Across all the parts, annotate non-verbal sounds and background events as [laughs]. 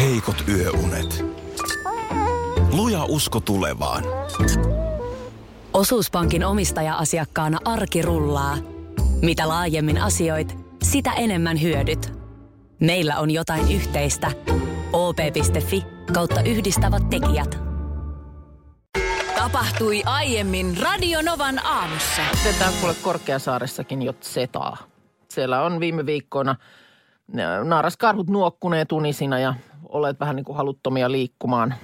heikot yöunet. Luja usko tulevaan. Osuuspankin omistaja-asiakkaana arki rullaa. Mitä laajemmin asioit, sitä enemmän hyödyt. Meillä on jotain yhteistä. op.fi kautta yhdistävät tekijät. Tapahtui aiemmin Radionovan aamussa. Otetaan kuule Korkeasaaressakin jo setaa. Siellä on viime viikkoina naaraskarhut nuokkuneet unisina ja olleet vähän niin kuin haluttomia liikkumaan.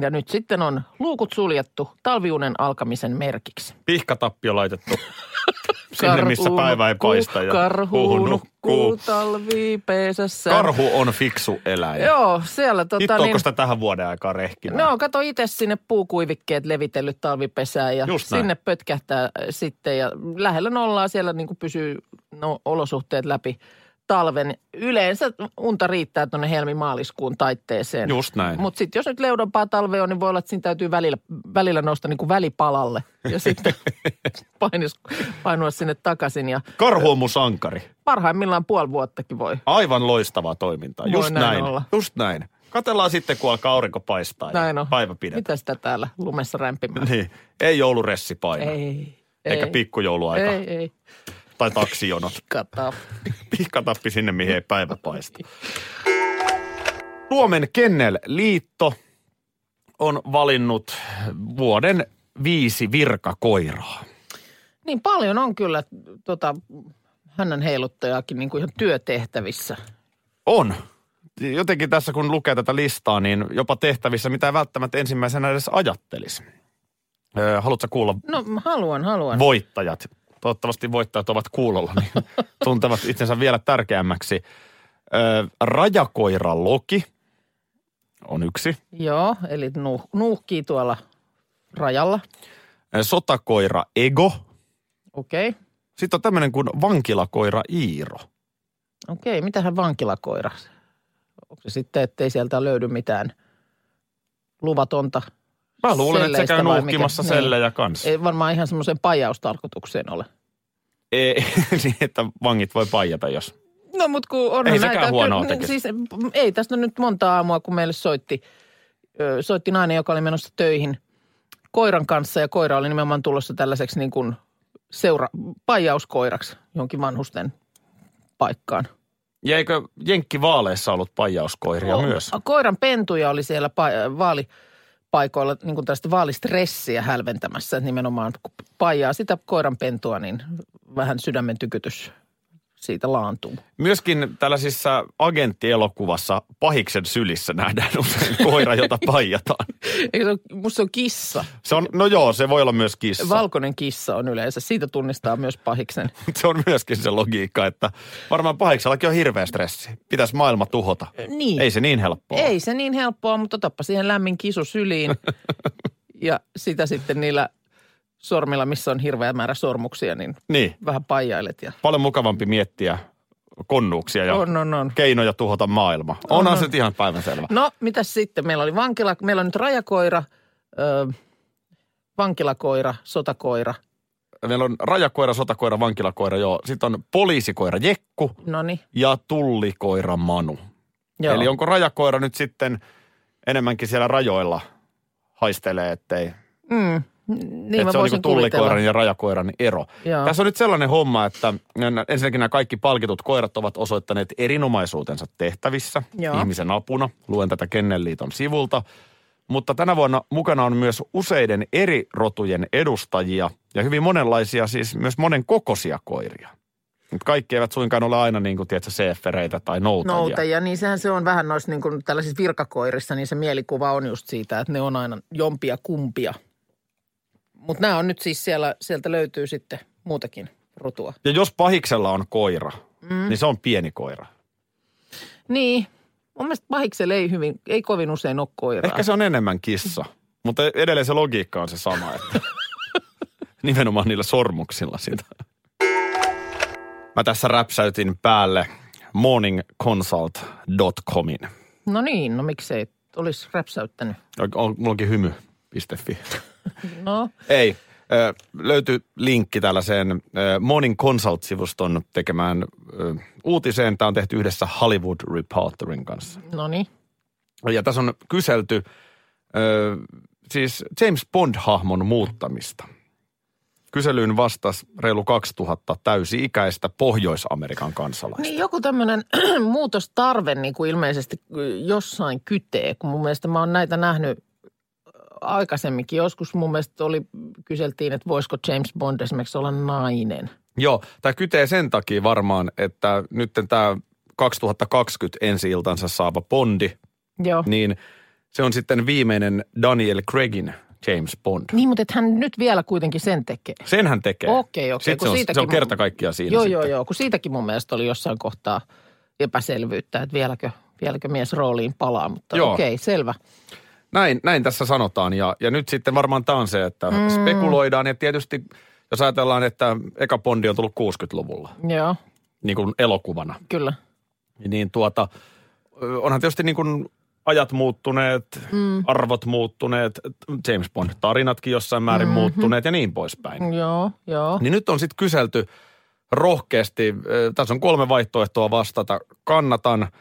Ja nyt sitten on luukut suljettu talviunen alkamisen merkiksi. [laughs] Pihkatappio laitettu sinne, missä päivä ei paista. Ja karhu nukkuu nukkuu. talvi pesässä. Karhu on fiksu eläin. Joo, siellä tota Hitto, niin... onko sitä tähän vuoden aikaan rehkinä? No, kato itse sinne puukuivikkeet levitellyt talvipesään ja Just näin. sinne pötkähtää äh, sitten ja lähellä nollaa siellä niin kuin pysyy no, olosuhteet läpi talven. Yleensä unta riittää tuonne helmimaaliskuun taitteeseen. Just näin. Mutta sitten jos nyt leudompaa talvea on, niin voi olla, että siinä täytyy välillä, välillä nousta niin kuin välipalalle [laughs] ja sitten painis, painua sinne takaisin. Ja Karhu on mun sankari. parhaimmillaan puoli vuottakin voi. Aivan loistavaa toimintaa. Voi Just näin näin. olla. Just näin. Katellaan sitten, kun alkaa aurinko paistaa Näin ja on. päivä pidetään. Mitä sitä täällä lumessa rämpimään? Niin. [laughs] Ei jouluressi paina. Ei. Eikä ei. pikkujouluaika. Ei, ei. Tai taksijonot. [laughs] Kata. Pihkatappi sinne, mihin ei päivä paista. Niin. Suomen Kennel-liitto on valinnut vuoden viisi virkakoiraa. Niin paljon on kyllä tota, hänen heiluttajaakin niin kuin ihan työtehtävissä. On. Jotenkin tässä kun lukee tätä listaa, niin jopa tehtävissä, mitä ei välttämättä ensimmäisenä edes ajattelisi. Öö, haluatko kuulla No haluan, haluan. voittajat? Toivottavasti voittajat ovat kuulolla, niin tuntevat itsensä vielä tärkeämmäksi. Öö, rajakoira Loki on yksi. Joo, eli nuh- nuuhkii tuolla rajalla. Sotakoira Ego. Okei, okay. Sitten on tämmöinen kuin vankilakoira Iiro. okei. Okay. Mitähän vankilakoira? Onko se sitten, ettei sieltä löydy mitään luvatonta? Mä luulen, että se Selleistä käy vai nuuhkimassa mikä? Niin. sellejä kanssa. Ei varmaan ihan semmoiseen pajaustarkoitukseen ole. Ei, [laughs] niin, että vangit voi paijata, jos. No mut kun on Ei näitä, sekään huonoa niin tekisi. siis, mm, ei tästä nyt monta aamua, kun meille soitti, ö, soitti nainen, joka oli menossa töihin koiran kanssa ja koira oli nimenomaan tulossa tällaiseksi niin kuin seura, paijauskoiraksi jonkin vanhusten paikkaan. Ja eikö Jenkkivaaleissa ollut paijauskoiria O- myös? Koiran pentuja oli siellä pa- vaalipaikoilla niin kuin tästä vaalistressiä hälventämässä. Että nimenomaan kun paijaa sitä koiran pentua, niin vähän sydämen tykytys siitä laantuu. Myöskin tällaisissa agenttielokuvassa pahiksen sylissä nähdään [laughs] usein koira, jota paijataan. Eikö se ole, musta se on kissa. Se on, no joo, se voi olla myös kissa. Valkoinen kissa on yleensä. Siitä tunnistaa myös pahiksen. [laughs] se on myöskin se logiikka, että varmaan pahiksellakin on hirveä stressi. Pitäisi maailma tuhota. Niin. Ei se niin helppoa. Ei se niin helppoa, mutta otappa siihen lämmin kisu [laughs] syliin. ja sitä sitten niillä sormilla, missä on hirveä määrä sormuksia, niin Niin. vähän paijailet. Ja... paljon mukavampi miettiä konnuuksia ja On, on, on. keinoja tuhota maailma. On, Onhan on. se nyt ihan päivänselvä. No, mitä sitten? Meillä oli vankila, meillä on nyt rajakoira, ö, vankilakoira, sotakoira. Meillä on rajakoira, sotakoira, vankilakoira, joo. Sitten on poliisikoira Jekku Noniin. ja tullikoira Manu. No niin, Joo. Eli onko rajakoira nyt sitten enemmänkin siellä rajoilla haistelee, ettei Mm. Niin että mä se on voisin niin kuvitella. tullikoiran ja rajakoiran ero. Joo. Tässä on nyt sellainen homma, että nä- ensinnäkin nämä kaikki palkitut koirat ovat osoittaneet erinomaisuutensa tehtävissä Joo. ihmisen apuna. Luen tätä Kennelliiton sivulta. Mutta tänä vuonna mukana on myös useiden eri rotujen edustajia ja hyvin monenlaisia, siis myös monen kokoisia koiria. Mutta kaikki eivät suinkaan ole aina niin kuin, tiedätkö, CFReitä tai noutajia. noutajia, niin sehän se on vähän noissa niin kuin tällaisissa virkakoirissa, niin se mielikuva on just siitä, että ne on aina jompia kumpia. Mutta nämä on nyt siis siellä, sieltä löytyy sitten muutakin rotua. Ja jos pahiksella on koira, mm. niin se on pieni koira. Niin, mun mielestä pahiksella ei, hyvin, ei kovin usein ole koiraa. Ehkä se on enemmän kissa, mutta edelleen se logiikka on se sama, että nimenomaan niillä sormuksilla sitä. Mä tässä räpsäytin päälle morningconsult.comin. No niin, no miksei, olisi räpsäyttänyt. On- On, mulla onkin hymy.fi. No, Ei, ö, löytyy linkki tällaiseen ö, Morning Consult-sivuston tekemään ö, uutiseen. Tämä on tehty yhdessä Hollywood Reporterin kanssa. no niin. Ja tässä on kyselty ö, siis James Bond-hahmon muuttamista. Kyselyyn vastasi reilu 2000 täysi-ikäistä Pohjois-Amerikan kansalaista. Niin joku tämmöinen [clears throat] muutostarve niin kuin ilmeisesti jossain kytee, kun mun mielestä mä oon näitä nähnyt aikaisemminkin. Joskus mun mielestä oli, kyseltiin, että voisiko James Bond esimerkiksi olla nainen. Joo, tämä kytee sen takia varmaan, että nyt tämä 2020 ensi iltansa saava Bondi, Joo. Niin, niin se on sitten viimeinen Daniel Craigin James Bond. niin mutta et hän nyt vielä kuitenkin sen tekee. Sen hän tekee. Okei, okei, kun Sitten se on, se siitäkin on mun- kerta kaikkiaan siinä joo, sitten. joo, joo, kun siitäkin mun mielestä oli jossain kohtaa epäselvyyttä, että vieläkö, vieläkö mies rooliin palaa, mutta Joo. okei, selvä. Näin, näin tässä sanotaan ja, ja nyt sitten varmaan tämä on se, että mm. spekuloidaan ja tietysti jos ajatellaan, että eka Bondi on tullut 60-luvulla Joo, niin kuin elokuvana, kyllä. niin tuota, ö, onhan tietysti niin kuin ajat muuttuneet, mm. arvot muuttuneet, James Bond-tarinatkin jossain määrin mm-hmm. muuttuneet ja niin poispäin. Joo, joo. Niin nyt on sitten kyselty rohkeasti, ö, tässä on kolme vaihtoehtoa vastata, kannatan,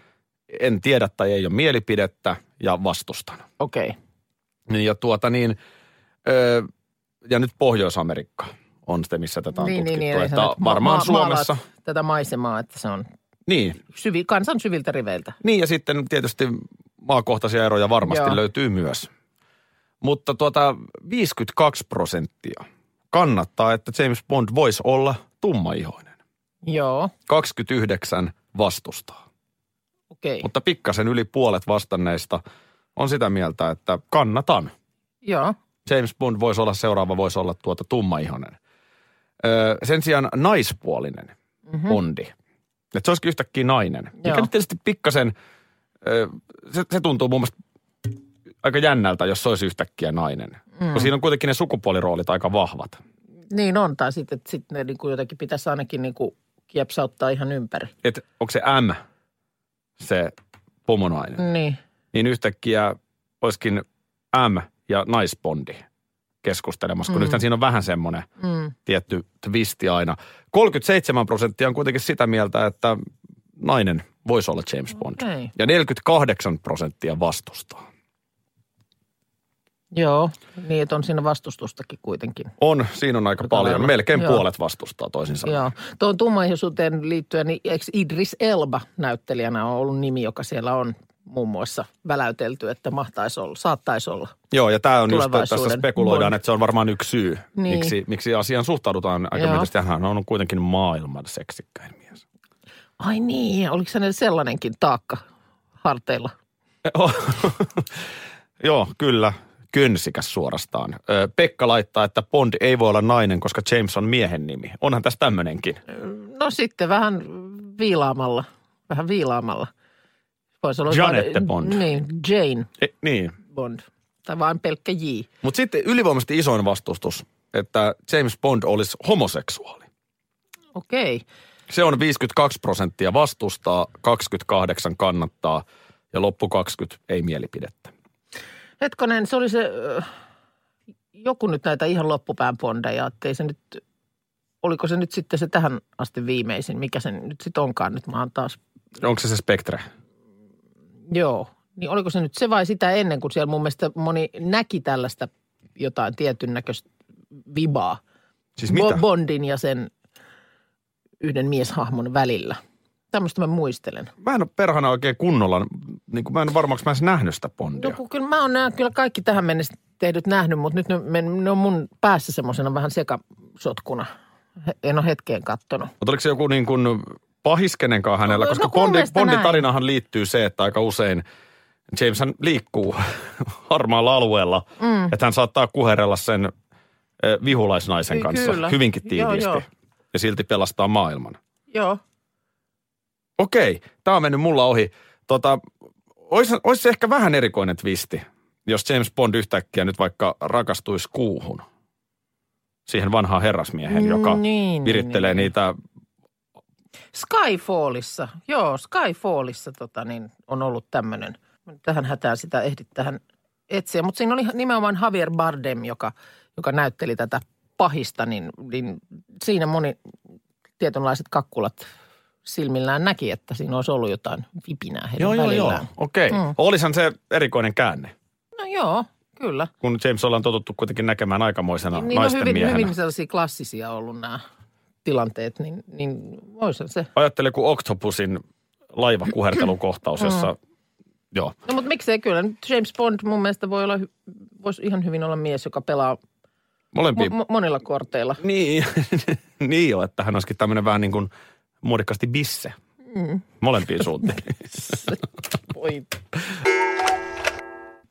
en tiedä tai ei ole mielipidettä ja vastustan. Okei. Niin Ja tuota niin, ö, ja nyt Pohjois-Amerikka on se, missä tätä on Niin, niin, tutkittu. niin, eli että sä nyt ma- varmaan ma- Suomessa. maalaat tätä maisemaa, että se on Niin, syvi, kansan syviltä riveiltä. niin, ja sitten tietysti maakohtaisia eroja varmasti Joo. löytyy myös. Mutta tuota, 52 prosenttia kannattaa, että James Bond voisi olla tummaihoinen. Joo, 29 vastustaa. okei. Okay. Mutta pikkasen yli puolet vastanneista on sitä mieltä, että kannatan. Joo, James Bond voisi olla seuraava, voisi olla tuota tummaihoinen. Öö, sen sijaan naispuolinen mm-hmm. Bondi. Että se olisikin yhtäkkiä nainen. Joo. Mikä Joo. nyt tietysti pikkasen, öö, se, se tuntuu mun mielestä aika jännältä, jos se olisi yhtäkkiä nainen. Mm. Kun siinä on kuitenkin ne sukupuoliroolit aika vahvat. niin on. Tai sitten, että sit ne niin kuin jotenkin pitäisi ainakin niin kuin kiepsauttaa ihan ympäri. Että onko se M se pomonainen, mm. Niin, niin yhtäkkiä olisikin M ja naisbondi keskustelemassa. Kun mm. nythän siinä on vähän semmoinen mm. tietty twisti aina. 37 prosenttia on kuitenkin sitä mieltä, että nainen voisi olla James Bond. Okei. Ja 48 prosenttia vastustaa. joo. Niin, että on siinä vastustustakin kuitenkin. On, siinä on aika paljon. lailla. Melkein Joo. puolet vastustaa toisinsa. Joo. Tuon tummaihoisuuteen liittyen, niin eikö Idris Elba näyttelijänä on ollut nimi, joka siellä on muun muassa väläytelty, että mahtaisi olla, saattaisi olla. Joo, ja tämä on just, että tässä Tulevaisuuden spekuloidaan, Bond. että se on varmaan yksi syy, Niin. miksi, miksi asiaan suhtaudutaan aika Joo. myönteisesti. Hän on kuitenkin maailman seksikkäin mies. [laughs] Ai niin, oliko hänellä sellainenkin taakka harteilla? Joo, kyllä. Könsikäs suorastaan. Ö, Pekka laittaa, että Bond ei voi olla nainen, koska James on miehen nimi. Onhan tässä tämmöinenkin. No sitten vähän viilaamalla, vähän viilaamalla. Voisi olla Janette vain- Bond. Niin, Jane E, niin. Bond. Tai vain pelkkä J. Mutta sitten ylivoimaisesti isoin vastustus, että James Bond olisi homoseksuaali. Okei. Se on 52 prosenttia vastustaa, 28 kannattaa ja loppu 20 ei mielipidettä. Hetkonen, se oli se, ö, joku nyt näitä ihan loppupään bondeja, ettei se nyt, oliko se nyt sitten se tähän asti viimeisin, mikä se nyt sitten onkaan nyt, mä oon taas, Onko se se spektre? joo. Niin oliko se nyt se vai sitä ennen, kun siellä mun mielestä moni näki tällaista jotain tietyn näköistä vibaa. Siis mitä? Bo- Bondin ja sen yhden mieshahmon välillä. Tämmöistä mä muistelen. mä en ole perhana oikein kunnolla, niin kuin mä en varmaksi mä edes nähnyt sitä Bondia. No kun kyllä mä oon nämä kyllä kaikki tähän mennessä tehdyt nähnyt, mutta nyt ne, me- ne on mun päässä semmoisena vähän sekasotkuna. He- En ole hetkeen kattonut. Mutta oliko se joku niin kuin pahis kenenkaan hänellä? No, Koska no kun mun Bondi, mielestä Bondin näin. tarinahan liittyy se, että aika usein James hän liikkuu [laughs] harmaalla alueella. Mm. Että hän saattaa kuherella sen eh, vihulaisnaisen Ky- kanssa kyllä. hyvinkin Joo, tiiviisti. joo. Ja silti pelastaa maailman. Joo. Okei, tämä on mennyt mulla ohi. Tota, olisi, olisi ehkä vähän erikoinen twisti, jos James Bond yhtäkkiä nyt vaikka rakastuisi kuuhun. Siihen vanhaan herrasmiehen, joka Niin, virittelee niin. niitä Skyfallissa, joo, Skyfallissa tota, niin, on ollut tämmöinen. Tähän hätään sitä ehdit tähän etsiä, mutta siinä oli nimenomaan Javier Bardem, joka, joka näytteli tätä pahista, niin, niin siinä moni tietynlaiset kakkulat silmillään näki, että siinä olisi ollut jotain vipinää heidän Joo, joo, joo. välillään. Okei. Okay. Mm. Olisahan se erikoinen käänne, No joo, kyllä. kun James ollaan totuttu kuitenkin näkemään aikamoisena niin on naisten hyvin, miehenä. hyvin sellaisia klassisia ollut nämä tilanteet, niin, niin voisihan se. Ajattele kuin Octopusin Mm. laivakuhertelukohtaus, jossa... Joo. No mutta miksei kyllä. Nyt James Bond mun mielestä voi olla, hy- voisi ihan hyvin olla mies, joka pelaa Molempia. mo- mo- monilla korteilla. Niin, [laughs] niin jo, että hän olisikin tämmöinen vähän niin kuin muodikkaasti bisse. Mm. Molempiin suuntiin. Voi.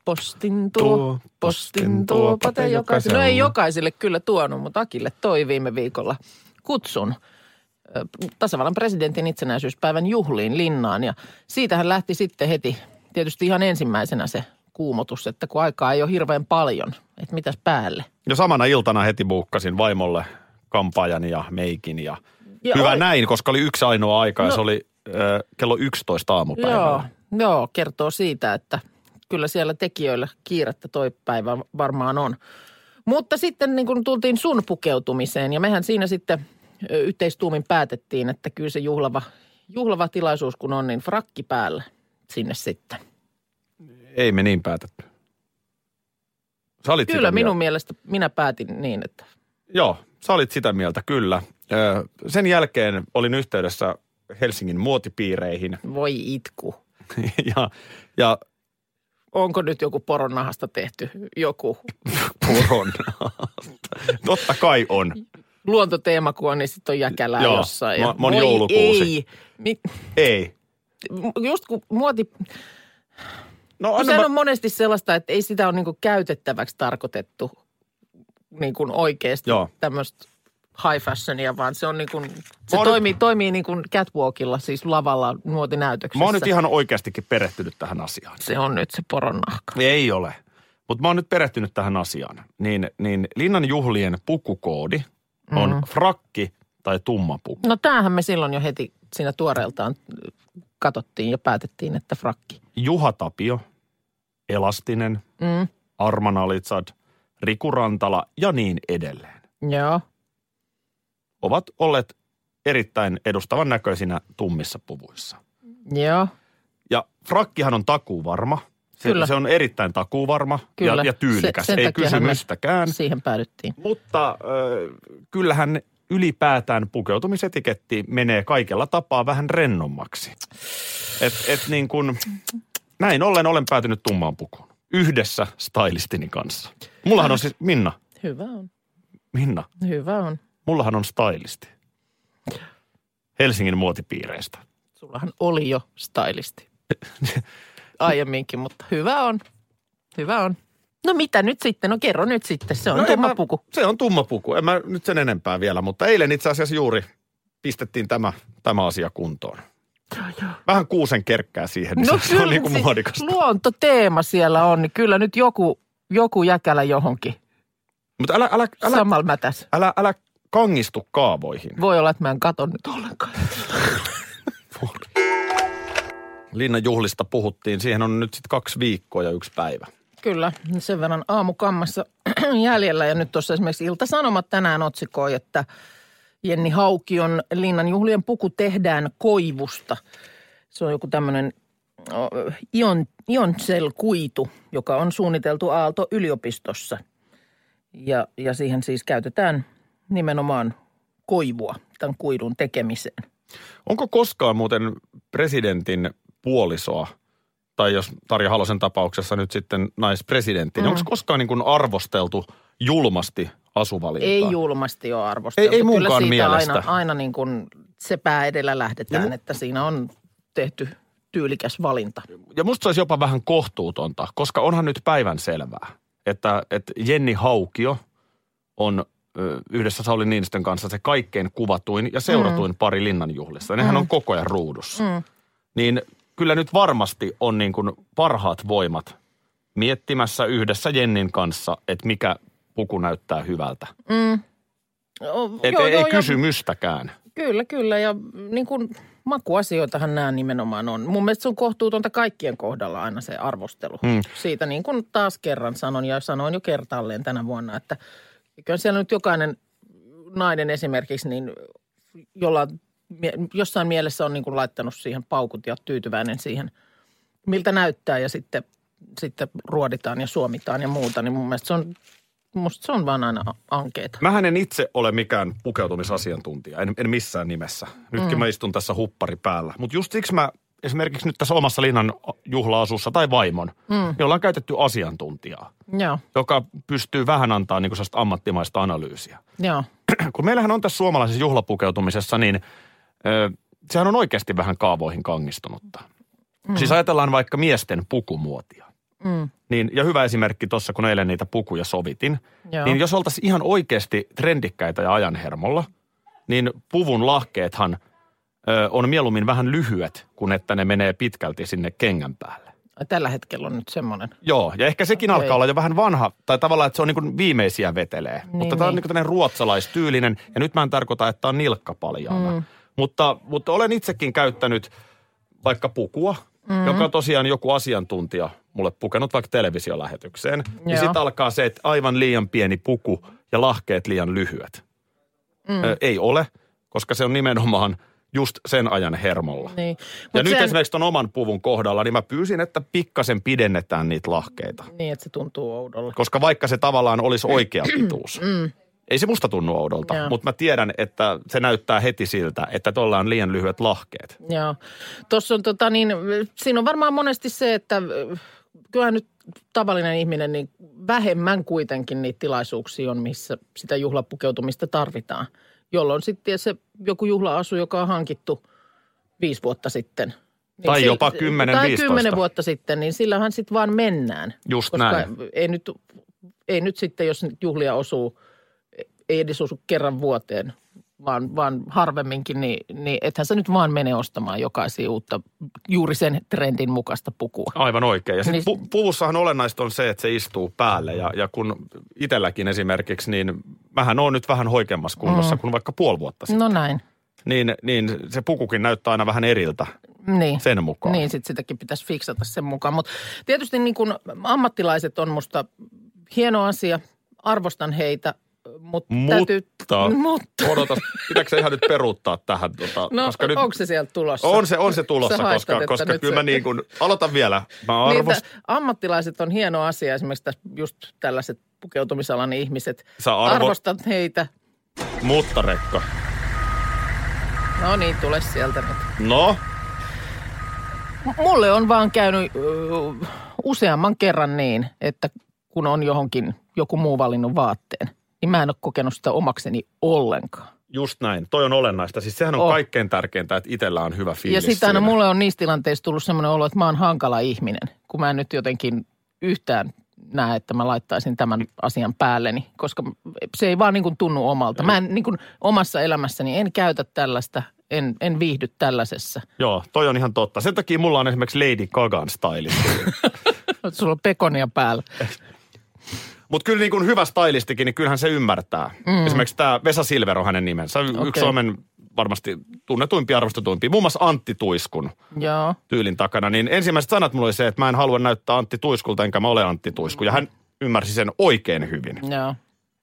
Postin tuo, tuo postin tuo, pate jokaiselle. No ei jokaiselle kyllä tuonut, mutta Akille toi viime viikolla kutsun ö, tasavallan presidentin itsenäisyyspäivän juhliin linnaan. Ja siitähän lähti sitten heti tietysti ihan ensimmäisenä se kuumotus, että kun aikaa ei ole hirveän paljon, että mitäs päälle. Ja samana iltana heti buukkasin vaimolle kampaajan ja meikin ja, Ja hyvä oli- näin, koska oli yksi ainoa aika ja No. se oli ö, kello 11 aamupäivällä. Joo, joo, kertoo siitä, että kyllä siellä tekijöillä kiirettä toi päivä varmaan on. Mutta sitten niin kun tultiin sun pukeutumiseen ja mehän siinä sitten ö, yhteistuumin päätettiin, että kyllä se juhlava, juhlava tilaisuus kun on, niin frakki päällä sinne sitten. Ei me niin päätetty. Sä olit Kyllä sitä minun mieltä. mielestä minä päätin niin, että Joo, sä olit sitä mieltä, kyllä. Ö, sen jälkeen olin yhteydessä Helsingin muotipiireihin [laughs] voi itku. ja, ja Onko nyt joku poronnahasta tehty joku puron. Totta kai on. luontoteema, kun on, niin sitten on jäkälää Joo, jossain. mä- mä oon Voi joulukuusi. Ei. Mi- Ei. just kun muoti, No No anna sehän mä... on monesti sellaista, että ei sitä ole niinku käytettäväksi tarkoitettu niinku oikeasti Joo. tämmöistä high fashionia, vaan se on niinku, se oon- toimii, toimii niinku catwalkilla, siis lavalla nuotinäytöksessä. Mä oon nyt ihan oikeastikin perehtynyt tähän asiaan. Se on nyt se poronnahka. Ei ole. Mutta mä oon nyt perehtynyt tähän asiaan. Niin, niin Linnan juhlien pukukoodi on Mm. frakki tai tumma puku. No tämähän me silloin jo heti siinä tuoreeltaan äh, katsottiin ja päätettiin, että frakki. Juha Tapio, Elastinen, Mm. Arman Alitsad, Riku Rantala ja niin edelleen Joo. ovat olleet erittäin edustavan näköisinä tummissa puvuissa. Joo. Ja frakkihan on takuvarma. Se, Kyllä. se on erittäin takuvarma Kyllä. ja, ja tyylikäs. Se- sen Ei takiahan me- kysymystäkään. Siihen päädyttiin. Mutta äh, kyllähän ylipäätään pukeutumisetiketti menee kaikella tapaa vähän rennommaksi. Et, et niin kun, näin ollen olen päätynyt tummaan pukuun. Yhdessä stylistini kanssa. Mullahan on Äh. siis, Minna, Hyvä on. Minna, Hyvä on. mullahan on stylisti. Helsingin muotipiireistä. Sullahan oli jo [laughs] stylisti. Aiemminkin, mutta hyvä on. Hyvä on. No mitä nyt sitten? No kerro nyt sitten. Se on no en tumma mä- puku. Se on tumma puku. En mä nyt sen enempää vielä, mutta eilen itse asiassa juuri pistettiin tämä, tämä asia kuntoon. Vähän kuusen kerkkää siihen, niin no, se, se on niin kuin siis muodikasta. Luontoteema siellä on, niin kyllä nyt joku, joku jäkälä johonkin. Mutta älä, älä, Älä... älä, Samalla mätäs. älä, älä kangistu kaavoihin. Voi olla, että mä en kato nyt ollenkaan. Linnan juhlista puhuttiin. Siihen on nyt sitten kaksi viikkoa ja yksi päivä. Kyllä, sen verran aamukammassa [clears throat] jäljellä. Ja nyt tuossa esimerkiksi Ilta-Sanomat tänään otsikoi, että Jenni Haukion Linnan juhlien puku tehdään koivusta. Se on joku tämmöinen ion, ionselkuitu, joka on suunniteltu Aalto-yliopistossa. Ja, ja siihen siis käytetään nimenomaan koivua tämän kuidun tekemiseen. Onko koskaan muuten presidentin puolisoa, tai jos Tarja Halosen tapauksessa nyt sitten naispresidentti, mm. niin onko koskaan niin kuin arvosteltu julmasti asuvalintaa? Ei julmasti ole arvosteltu. Ei- ei Kyllä munkaan siitä mielestä. aina, aina niin kuin se pää edellä lähdetään, että siinä on tehty tyylikäs valinta. ja musta se olisi jopa vähän kohtuutonta, koska onhan nyt päivän selvää, että, että Jenni Haukio on ö, yhdessä Sauli Niinistön kanssa se kaikkein kuvatuin ja seuratuin mm. pari linnanjuhlissa. Nehän on koko ajan ruudussa. Mm. Niin kyllä nyt varmasti on niin kuin parhaat voimat miettimässä yhdessä Jennin kanssa, että mikä puku näyttää hyvältä. O- Et ei, ei kysymystäkään. Kyllä, kyllä. Ja niin kuin makuasioitahan nämä nimenomaan on. Mun mielestä se on kohtuutonta kaikkien kohdalla aina se arvostelu. Mm. Siitä niin kuin taas kerran sanon ja sanoin jo kertaalleen tänä vuonna, että kyllä siellä nyt jokainen nainen esimerkiksi, niin jolla mie- jossain mielessä on niin kuin laittanut siihen paukut ja tyytyväinen siihen, miltä näyttää ja sitten, sitten ruoditaan ja suomitaan ja muuta. Niin mun mielestä se on, musta se on vaan aina ankeeta. Mähän en itse ole mikään pukeutumisasiantuntija, en, en missään nimessä. Nytkin mm. mä istun tässä huppari päällä. Mutta just siksi mä esimerkiksi nyt tässä omassa linnan juhlaasussa tai vaimon, mm. niin ollaan käytetty asiantuntijaa, Joo, joka pystyy vähän antaa niin sellaista ammattimaista analyysiä. joo. [clears throat] Kun meillähän on tässä suomalaisessa juhlapukeutumisessa, niin ö, sehän on oikeasti vähän kaavoihin kangistunutta. Mm. Siis ajatellaan vaikka miesten pukumuotia. Mm, Niin, ja hyvä esimerkki tuossa, kun eilen niitä pukuja sovitin. Joo. Niin jos oltaisiin ihan oikeasti trendikkäitä ja ajanhermolla, niin puvun lahkeethan ö, on mieluummin vähän lyhyet, kuin että ne menee pitkälti sinne kengän päälle. Tällä hetkellä on nyt semmoinen. Joo, ja ehkä sekin okay. Okei. alkaa olla jo vähän vanha, tai tavallaan, että se on niin kuin viimeisiä vetelee. Niin, mutta tämä on niin. niin tämmöinen ruotsalaistyylinen, ja nyt mä en tarkoita, että on nilkka paljaana. Mm. Mutta, mutta olen itsekin käyttänyt vaikka pukua, mm. joka on tosiaan joku asiantuntija mulle pukenut vaikka televisiolähetykseen. Niin Joo. sitten alkaa se, että aivan liian pieni puku ja lahkeet liian lyhyet. Mm. Ö, ei ole, koska se on nimenomaan just sen ajan hermolla. Niin. Ja Mut nyt sen- esimerkiksi ton oman puvun kohdalla, niin mä pyysin, että pikkasen pidennetään niitä lahkeita. Niin, että se tuntuu oudolta. Koska vaikka se tavallaan olisi oikea pituus. Ei se musta tunnu oudolta, Mm. Joo. mutta mä tiedän, että se näyttää heti siltä, että tuolla on liian lyhyet lahkeet. Joo. Tuossa on tota niin, siinä on varmaan monesti se, että äh, kyllähän nyt tavallinen ihminen, niin vähemmän kuitenkin niitä tilaisuuksia on, missä sitä juhlapukeutumista tarvitaan. Jolloin sitten se joku juhlaasu, joka on hankittu viisi vuotta sitten. Niin Tai sil- jopa 10, Tai 15. kymmenen vuotta sitten, niin sillähän sitten vaan mennään. Just koska näin. Ei nyt, ei nyt sitten, jos nyt juhlia osuu, ei edes osu kerran vuoteen, vaan, vaan harvemminkin, niin, niin ethän sä nyt vaan mene ostamaan jokaisia uutta juuri sen trendin mukaista pukua. Aivan oikein. Ja sitten Niin- pu- puvussahan olennaista on se, että se istuu päälle. Ja, ja kun itselläkin esimerkiksi, niin mähän on nyt vähän hoikemmassa kunnossa kuin vaikka puoli vuotta sitten. Mm. No näin, Niin, niin se pukukin näyttää aina vähän eriltä niin. sen mukaan. Niin, sit sitäkin pitäisi fiksata sen mukaan. Mutta tietysti niin kun ammattilaiset on musta hieno asia, arvostan heitä, mutta Mutta- täytyy... No, Mutta, Odotas, pitääkö se ihan nyt peruuttaa tähän? Tota, no koska nyt, onko se sieltä tulossa? On se, on se Sä tulossa, haistat, koska, että koska nyt kyllä se- Niin, mä niin kuin, aloitan vielä. Mä Niitä arvostan, ammattilaiset on hieno asia, esimerkiksi tässä just tällaiset pukeutumisalan ihmiset. Sä arvo- Arvostan heitä. mutta rekka. No niin, tule sieltä nyt. No, M- Mulle on vaan käynyt ö, useamman kerran niin, että kun on johonkin joku muu valinnut vaatteen, niin mä en ole kokenut sitä omakseni ollenkaan. just näin. Toi on olennaista. Siis sehän on On. kaikkein tärkeintä, että itsellä on hyvä fiilis ja sitten Oh. aina siinä. mulle on niissä tilanteissa tullut semmoinen olo, että mä oon hankala ihminen, kun mä en nyt jotenkin yhtään näe, että mä laittaisin tämän asian päälleni, koska se ei vaan niin kuin tunnu omalta. Mä en niin kuin omassa elämässäni en käytä tällaista, en, en viihdy tällaisessa. Joo, toi on ihan totta. Sen takia mulla on esimerkiksi Lady [laughs] Gagan stylisti. Sulla on pekonia päällä. Mutta kyllä niin kuin hyvä stylistikin, niin kyllähän se ymmärtää. Mm. Esimerkiksi tämä Vesa Silver on hänen nimensä. Okay. Yksi Okei. Suomen varmasti tunnetuimpia arvostetuimpia. Muun muassa Antti Tuiskun Joo, tyylin takana. Niin ensimmäiset sanat mulla oli se, että mä en halua näyttää Antti Tuiskulta, enkä mä ole Antti Tuisku. Ja hän ymmärsi sen oikein hyvin. joo.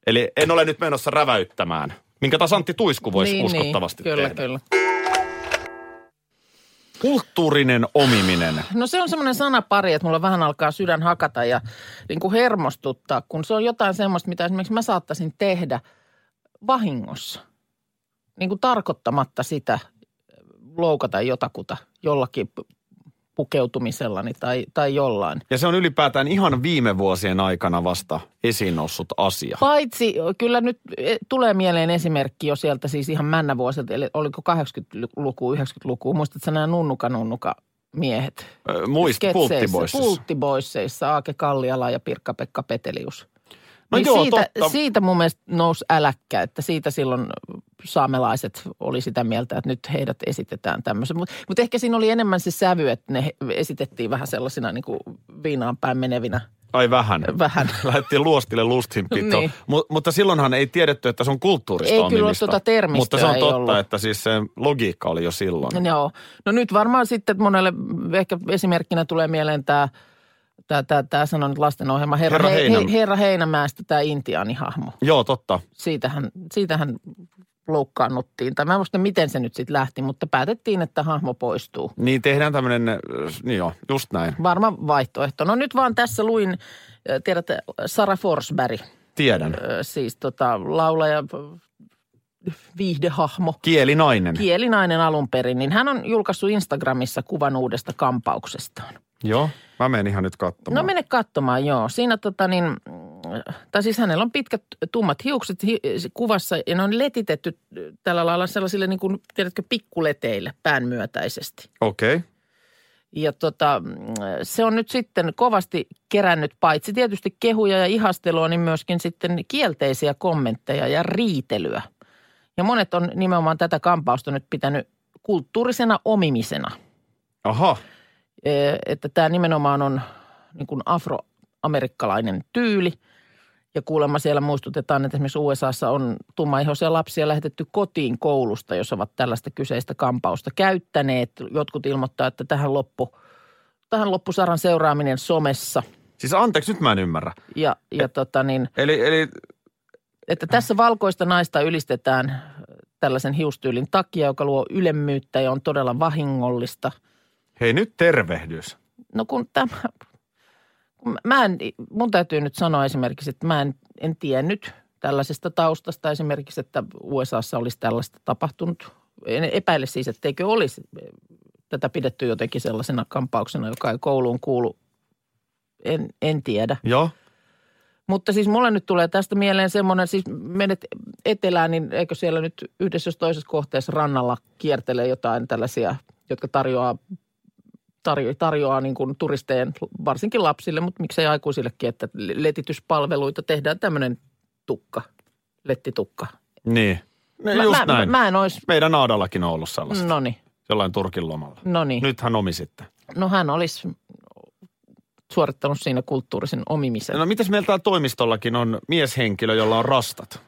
Eli en ole nyt menossa räväyttämään, minkä taas Antti Tuisku voisi niin, uskottavasti niin, kyllä, tehdä. kyllä. Kulttuurinen omiminen. No se on semmoinen sanapari, että mulla vähän alkaa sydän hakata ja niin kuin hermostuttaa, kun se on jotain semmoista, mitä esimerkiksi mä saattaisin tehdä vahingossa. Niin kuin tarkoittamatta sitä loukata jotakuta jollakin p- pukeutumisellani tai, tai jollain. Ja se on ylipäätään ihan viime vuosien aikana vasta esiin noussut asia. Paitsi kyllä nyt e, tulee mieleen esimerkki jo sieltä siis ihan männävuosilta, eli oliko 80-luku, 90-luku, muistatko nämä nunnuka nunnuka miehet? Ö, Muist, sketseissä, pulttiboississa. pulttiboisseissa, Aake Kalliala ja Pirkka-Pekka Petelius. Niin No joo, siitä, totta. siitä mun mielestä nousi äläkkä, että siitä silloin saamelaiset oli sitä mieltä, että nyt heidät esitetään tämmöisen. Mutta mut ehkä siinä oli enemmän se sävy, että ne esitettiin vähän sellaisina niin kuin viinaan päin menevinä Ai vähän. vähän. [laughs] Lähdettiin luostille lustinpitoon. Niin. Mu- mutta silloinhan ei tiedetty, että se on kulttuurista Ei kyllä ole omimista. tuota termistöä, Mutta se on ei totta, ollut. että siis se logiikka oli jo silloin. Joo. No nyt varmaan sitten että monelle ehkä esimerkkinä tulee mieleen tämä, tämä, tämä, tämä sanon nyt lastenohjelma, Herra, Herra Herra, Heinäm- Heinä. Herra Heinämäestä tämä intiaanihahmo. Joo, totta. siitähän, siitähän loukkaannuttiin. Tai mä en muista, miten se nyt sitten lähti, mutta päätettiin, että hahmo poistuu. Niin tehdään tämmöinen, äh, niin joo, just näin. Varma vaihtoehto. No nyt vaan tässä luin, äh, tiedätte, Sara Forsberg, äh, Tiedän. siis tota, laulaja, äh, viihdehahmo, Kielinainen. kielinainen alun perin, niin hän on julkaissut Instagramissa kuvan uudesta kampauksestaan. joo, mä menen ihan nyt No katsomaan. mene katsomaan, joo. Siinä tota niin, tai siis hänellä on pitkät tummat hiukset hi- kuvassa ja ne on letitetty äh, tällä lailla sellaisille niin kuin, tiedätkö, pikkuleteille päänmyötäisesti. Okei. Okay. Ja tota, se on nyt sitten kovasti kerännyt paitsi tietysti kehuja ja ihastelua, niin myöskin sitten kielteisiä kommentteja ja riitelyä. Ja monet on nimenomaan tätä kampausta nyt pitänyt kulttuurisena omimisena. Aha, Ee, että tämä nimenomaan on niin kuin afroamerikkalainen tyyli. Ja kuulemma siellä muistutetaan, että esimerkiksi USAssa on tummaihoisia lapsia lähetetty kotiin koulusta, jos ovat tällaista kyseistä kampausta käyttäneet. Jotkut ilmoittaa, että tähän loppu, tähän loppusaran seuraaminen somessa. siis anteeksi, nyt mä en ymmärrä. Ja, ja tota niin, Eli, eli että tässä valkoista naista ylistetään tällaisen hiustyylin takia, joka luo ylemmyyttä ja on todella vahingollista – hei nyt tervehdys. No kun tämä, kun mä- mä en, mun täytyy nyt sanoa esimerkiksi, että mä en, en tiennyt tällaisesta taustasta esimerkiksi, että USAssa olisi tällaista tapahtunut. En epäile siis, etteikö olisi tätä pidetty jotenkin sellaisena kampauksena, joka ei kouluun kuulu. En, en tiedä. Joo. Mutta siis mulle nyt tulee tästä mieleen semmoinen, siis menet etelään, niin eikö siellä nyt yhdessä jos toisessa kohteessa rannalla kiertelee jotain tällaisia, jotka tarjoaa, tarjo, tarjoaa niin kuin turistejen, varsinkin lapsille, mutta miksei aikuisillekin, että letityspalveluita tehdään tämmöinen tukka, lettitukka. Niin. No, mä, just mä, näin. Mä, mä en ois, Meidän Aadallakin on ollut sellaista. no niin, Jollain Turkin lomalla. no niin. Nythän omisitte. No hän olisi suorittanut siinä kulttuurisen omimisen. No mitäs meillä täällä toimistollakin on mieshenkilö, jolla on rastat?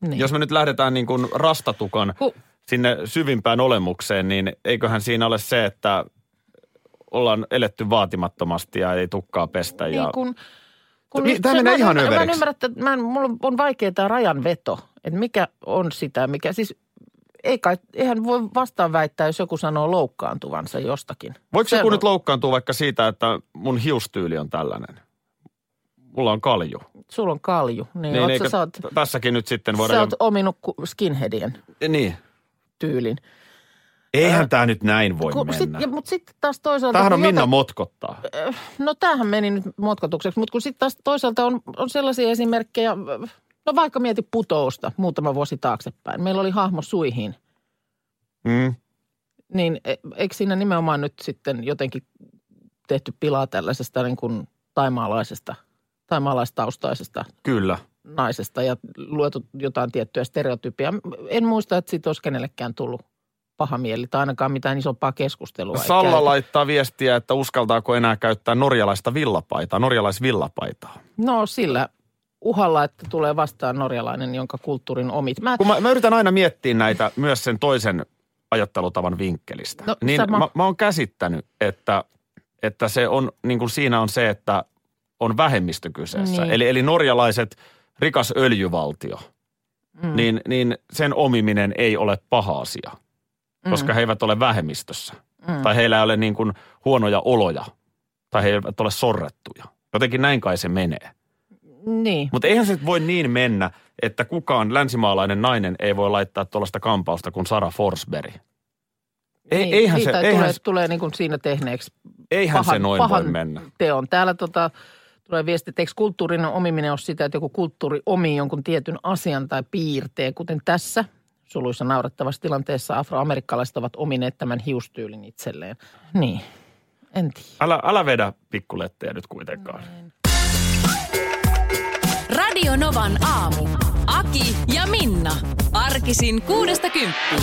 niin. Jos me nyt lähdetään niin kuin rastatukan Ku- sinne syvimpään olemukseen, niin eiköhän siinä ole se, että ollaan eletty vaatimattomasti ja ei tukkaa pestä. ja... Niin kun, kun Mi- nyt tää se- menee mä en ihan ymmär- Mä en överiksi. ymmärrä, että mä en, mulla on vaikea tämä rajanveto, että mikä on sitä, mikä siis ei kai, eihän voi vastaan väittää, jos joku sanoo loukkaantuvansa jostakin. Voiko Se joku on- nyt loukkaantua vaikka siitä, että mun hiustyyli on tällainen? Mulla on kalju. Sulla on kalju, niin, niin eikö sä, sä, oot, t- tässäkin nyt sitten sä voidaan... oot ominut ku- skinheadien jo- Niin. tyylin. Eihän tämä nyt näin voi Kun sit, mennä. ja, mutta sitten taas toisaalta... Tämähän on kun Minna jota- motkottaa. No tämähän meni nyt motkotukseksi, mutta kun sitten taas toisaalta on, on sellaisia esimerkkejä, no vaikka mieti putousta muutama vuosi taaksepäin. Meillä oli hahmo suihin. Mm. Niin e- eikö siinä nimenomaan nyt sitten jotenkin tehty pilaa tällaisesta niin kuin taimaalaisesta, taimaalaistaustaisestä Kyllä. naisesta ja luotu jotain tiettyä stereotypiaa? En muista, että siitä olisi kenellekään tullut paha mieli tai ainakaan mitään isompaa keskustelua. ei Salla käyty. laittaa viestiä, että uskaltaako enää käyttää norjalaista villapaitaa, norjalaisvillapaitaa. No sillä uhalla, että tulee vastaan norjalainen, jonka kulttuurin omit. Mä, Kun mä, mä yritän aina miettiä näitä myös sen toisen ajattelutavan vinkkelistä. No, niin sama. mä, mä oon käsittänyt, että, että se on, niin kuin siinä on se, että on vähemmistö kyseessä. Niin. Eli, eli norjalaiset, rikas öljyvaltio, mm, niin, niin sen omiminen ei ole paha asia, mm, koska he eivät ole vähemmistössä. mm. Tai heillä ei ole niin kuin huonoja oloja, tai he eivät ole sorrettuja. Jotenkin näin kai se menee. Niin. Mutta eihän se voi niin mennä, että kukaan länsimaalainen nainen ei voi laittaa tuollaista kampausta kuin Sara Forsberg. Ei, niin, eihän se, siitä eihän, tulee, se- tulee niin kuin siinä tehneeksi eihän se pahan- noin pahan- voi mennä. teon. Täällä tota, tulee viesti, että eikö kulttuurin omiminen ole sitä, että joku kulttuuri omii jonkun tietyn asian tai piirteen, kuten tässä suluissa naurettavassa tilanteessa afroamerikkalaiset ovat omineet tämän hiustyylin itselleen. Niin, en tiedä. Älä, älä vedä pikkulettejä nyt kuitenkaan. Mm. Radio Novan aamu. Aki ja Minna. Arkisin kuudesta kymppiin.